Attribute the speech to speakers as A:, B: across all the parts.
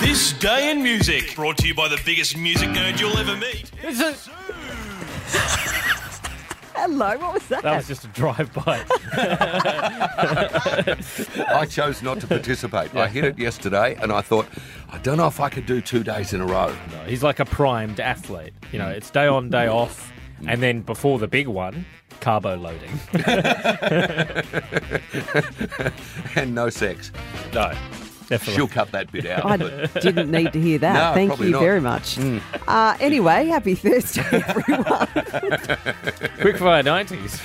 A: This Day in Music, brought to you by the biggest music nerd you'll ever meet.
B: Is it-
C: Hello, what was that?
B: That was just a drive by.
D: I chose not to participate. I hit it yesterday and I thought, I don't know if I could do two days in a row.
B: He's like a primed athlete. You know, it's day on, day off, and then before the big one, carbo loading.
D: And no sex.
B: No, definitely.
D: She'll cut that bit out.
C: I
D: but-
C: didn't need to hear that.
D: No,
C: Thank
D: probably
C: you
D: not. Hmm.
C: very much. Uh, anyway, happy Thursday, everyone.
B: Quickfire 90s.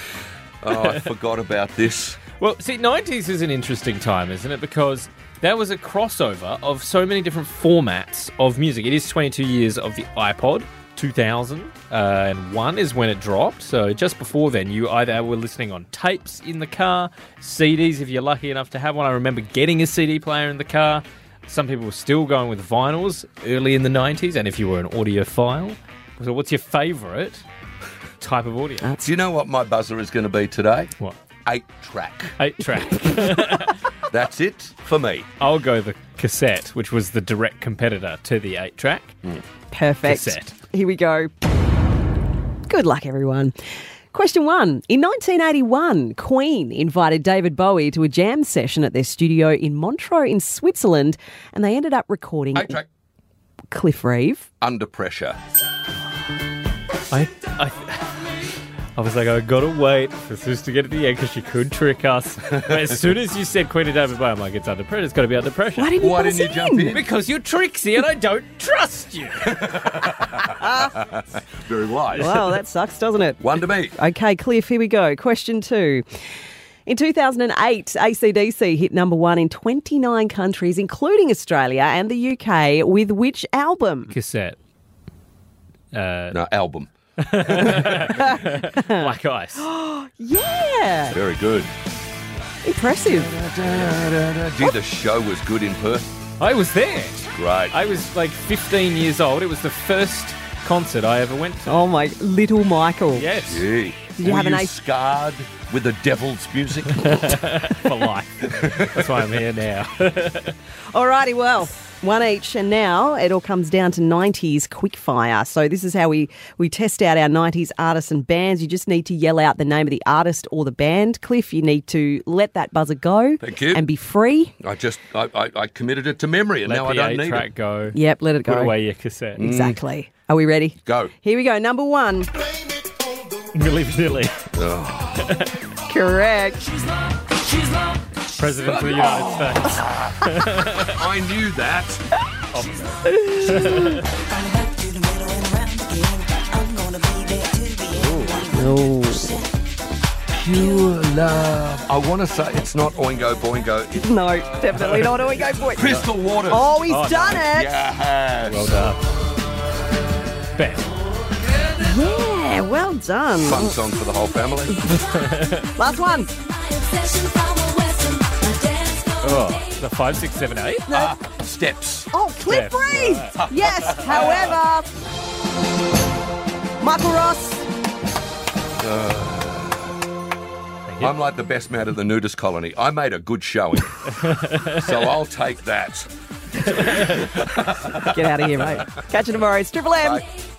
D: oh, I forgot about this.
B: Well, see, 90s is an interesting time, isn't it? Because that was a crossover of so many different formats of music. It is 22 years of the iPod. 2001 is when it dropped. So just before then, you either were listening on tapes in the car, CDs if you're lucky enough to have one. I remember getting a CD player in the car. Some people were still going with vinyls early in the 90s, and if you were an audiophile. So, what's your favourite type of audio?
D: Do you know what my buzzer is going to be today?
B: What?
D: Eight track.
B: Eight track.
D: That's it for me.
B: I'll go the cassette, which was the direct competitor to the eight track.
D: Hmm.
C: Perfect.
B: Cassette.
C: Here we go. Good luck, everyone. Question one. In 1981, Queen invited David Bowie to a jam session at their studio in Montreux in Switzerland, and they ended up recording
D: Eight track.
C: Cliff Reeve.
D: Under pressure.
B: I, I, I was like, I gotta wait for Sus to get to the end because she could trick us. But as soon as you said Queen of David Bowie, I'm like, it's under pressure. It's gotta be under pressure.
C: Why didn't you,
D: Why
C: put us
D: didn't you jump in?
B: Because you're tricksy and I don't trust you.
D: Very wise.
C: Wow, that sucks, doesn't it?
D: One to me.
C: Okay, Cliff, here we go. Question two. In 2008, ACDC hit number one in 29 countries, including Australia and the UK, with which album?
B: Cassette. Uh,
D: No, album.
B: Black Ice.
C: Yeah,
D: Very good.
C: impressive.
D: Gee, the show was good in Perth.
B: I was there.
D: Great.
B: I was like 15 years old. It was the first concert I ever went to.
C: Oh my, little Michael.
B: Yes.
D: Gee.
C: you
D: Were
C: have an
D: you
C: eight-
D: scarred with the devil's music?
B: for life. That's why I'm here now.
C: Alrighty, well, one each, and now it all comes down to 90s quickfire. So this is how we we test out our 90s artists and bands. You just need to yell out the name of the artist or the band. Cliff, you need to let that buzzer go
D: Thank you.
C: and be free.
D: I just, I, I, I committed it to memory and
B: Let
D: now
B: the
D: I don't
B: eight
D: need
B: track
D: it. Mm.
B: go.
C: Yep, let it
B: Put
C: go.
B: away your cassette.
C: Exactly. Are we ready?
D: Go.
C: Here we go. Number one.
B: Willy nilly.
C: Correct.
B: President of the United States.
D: I knew that. Pure love. I want to say it's not Oingo Boingo. It's
C: No, definitely not. Oh, we go for it.
D: Crystal Waters.
C: Oh, he's done it.
D: Yes.
B: Well done. Best.
C: Yeah, well done.
D: Fun song for the whole family.
C: Last one.
B: Oh, the five, six, seven, eight.
D: Ah, steps.
C: Oh, Cliff
B: Yeah.
C: Reeve. Yes, however, Michael Ross.
D: I'm like the best man at the nudist colony. I made a good showing. so I'll take that.
C: Get out of here, mate. Catch you tomorrow. It's Triple M.
D: Bye.